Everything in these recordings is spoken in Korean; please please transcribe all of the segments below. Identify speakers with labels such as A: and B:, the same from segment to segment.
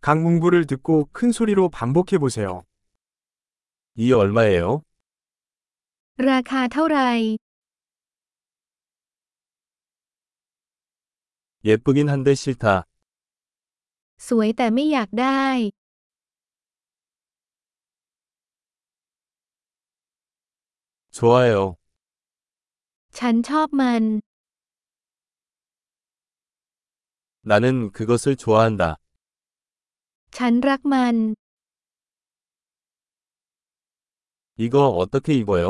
A: 각 문구를 듣고 큰 소리로 반복해 보세요.
B: 이 얼마예요?
C: ราคาเท่าไหร่
B: 예쁘긴 한데 싫다.
C: สวยแต่ไม่อยากได้
B: 좋아요.
C: ฉันชอบมัน
B: 나는 그것을 좋아한다.
C: ฉันรักมัน
B: 이거 어떻게 입어요?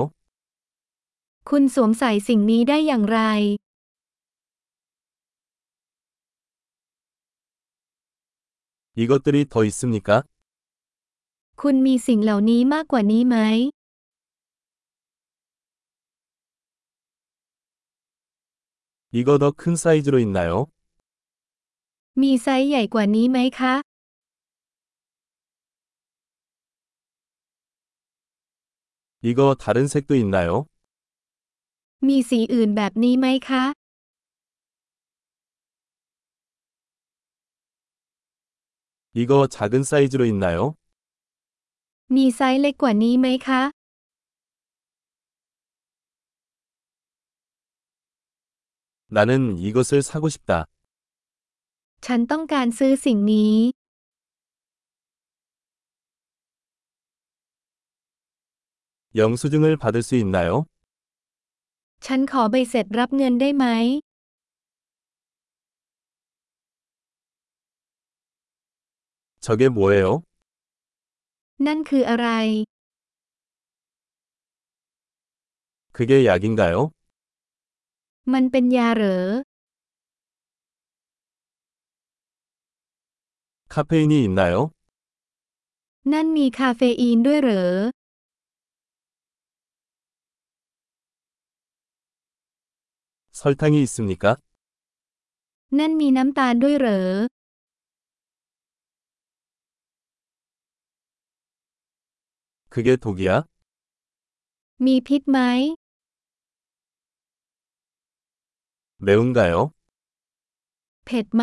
C: คุณสวมใส่สิ่งนี้ได้อย่างไร
B: 이것들이 더 있습니까?
C: คุณมีสิ่งเหล่านี้มากกว่านี้ไหม
B: 이거 더 큰 사이즈로 있나요?
C: มีไซส์ใหญ่กว่านี้ไหมคะ
B: 이거 다른 색도 있나요?
C: มีสีอื่นแบบนี้ไหมคะ
B: 이거 작은 사이즈로 있나요?
C: มีไซส์เล็กกว่านี้ไหมคะ
B: 나는 이것을 사고 싶다.
C: ฉันต้องการซื้อสิ่งนี้
B: 영수증을 받을 수 있나요?
C: ฉันขอใบเสร็จรับเงินได้ไหม
B: 저게 뭐예요?
C: นั่นคืออะไร
B: 그게 약인가요?
C: มันเป็นยาเหรอ
B: 카페인이 있나요?
C: นั่นมีคาเฟอีนด้วยเหรอ
B: 설탕이 있습니까?
C: นั่นมีน้ำตาลด้วยเหรอ
B: 그게 독이야?
C: มีพิษไหม
B: 매운가요?
C: เผ็ดไหม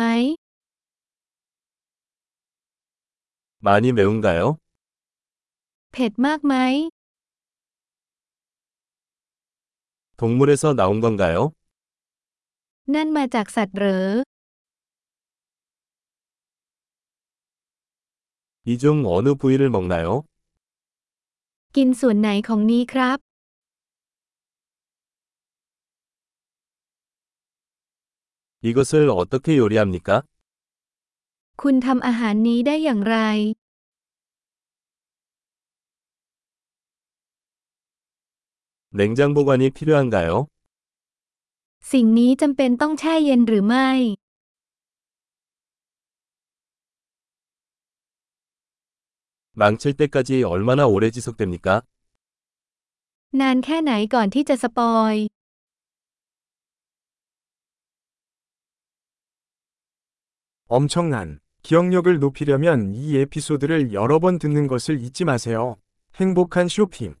B: 많이 매운가요?
C: เผ็ดมากไหม
B: 동물에서 나온 건가요?
C: นั่นมาจากสัตว์เหรอ
B: 이 중 어느 부위를 먹나요?
C: กินส่วนไหนของนี้ครับ
B: 이것을 어떻게 요리합니까?
C: คุณทำอาหารนี้ได้อย่างไร
B: 냉장 보관이 필요한가요?
C: สิ่งนี้จำเป็นต้องแช่เย็นหรือไม่
B: 망칠 때까지 얼마나 오래 지속됩니까?
C: นานแค่ไหนก่อนที่จะสปอย
A: 엄청난 기억력을 높이려면 이 에피소드를 여러 번 듣는 것을 잊지 마세요. 행복한 쇼핑!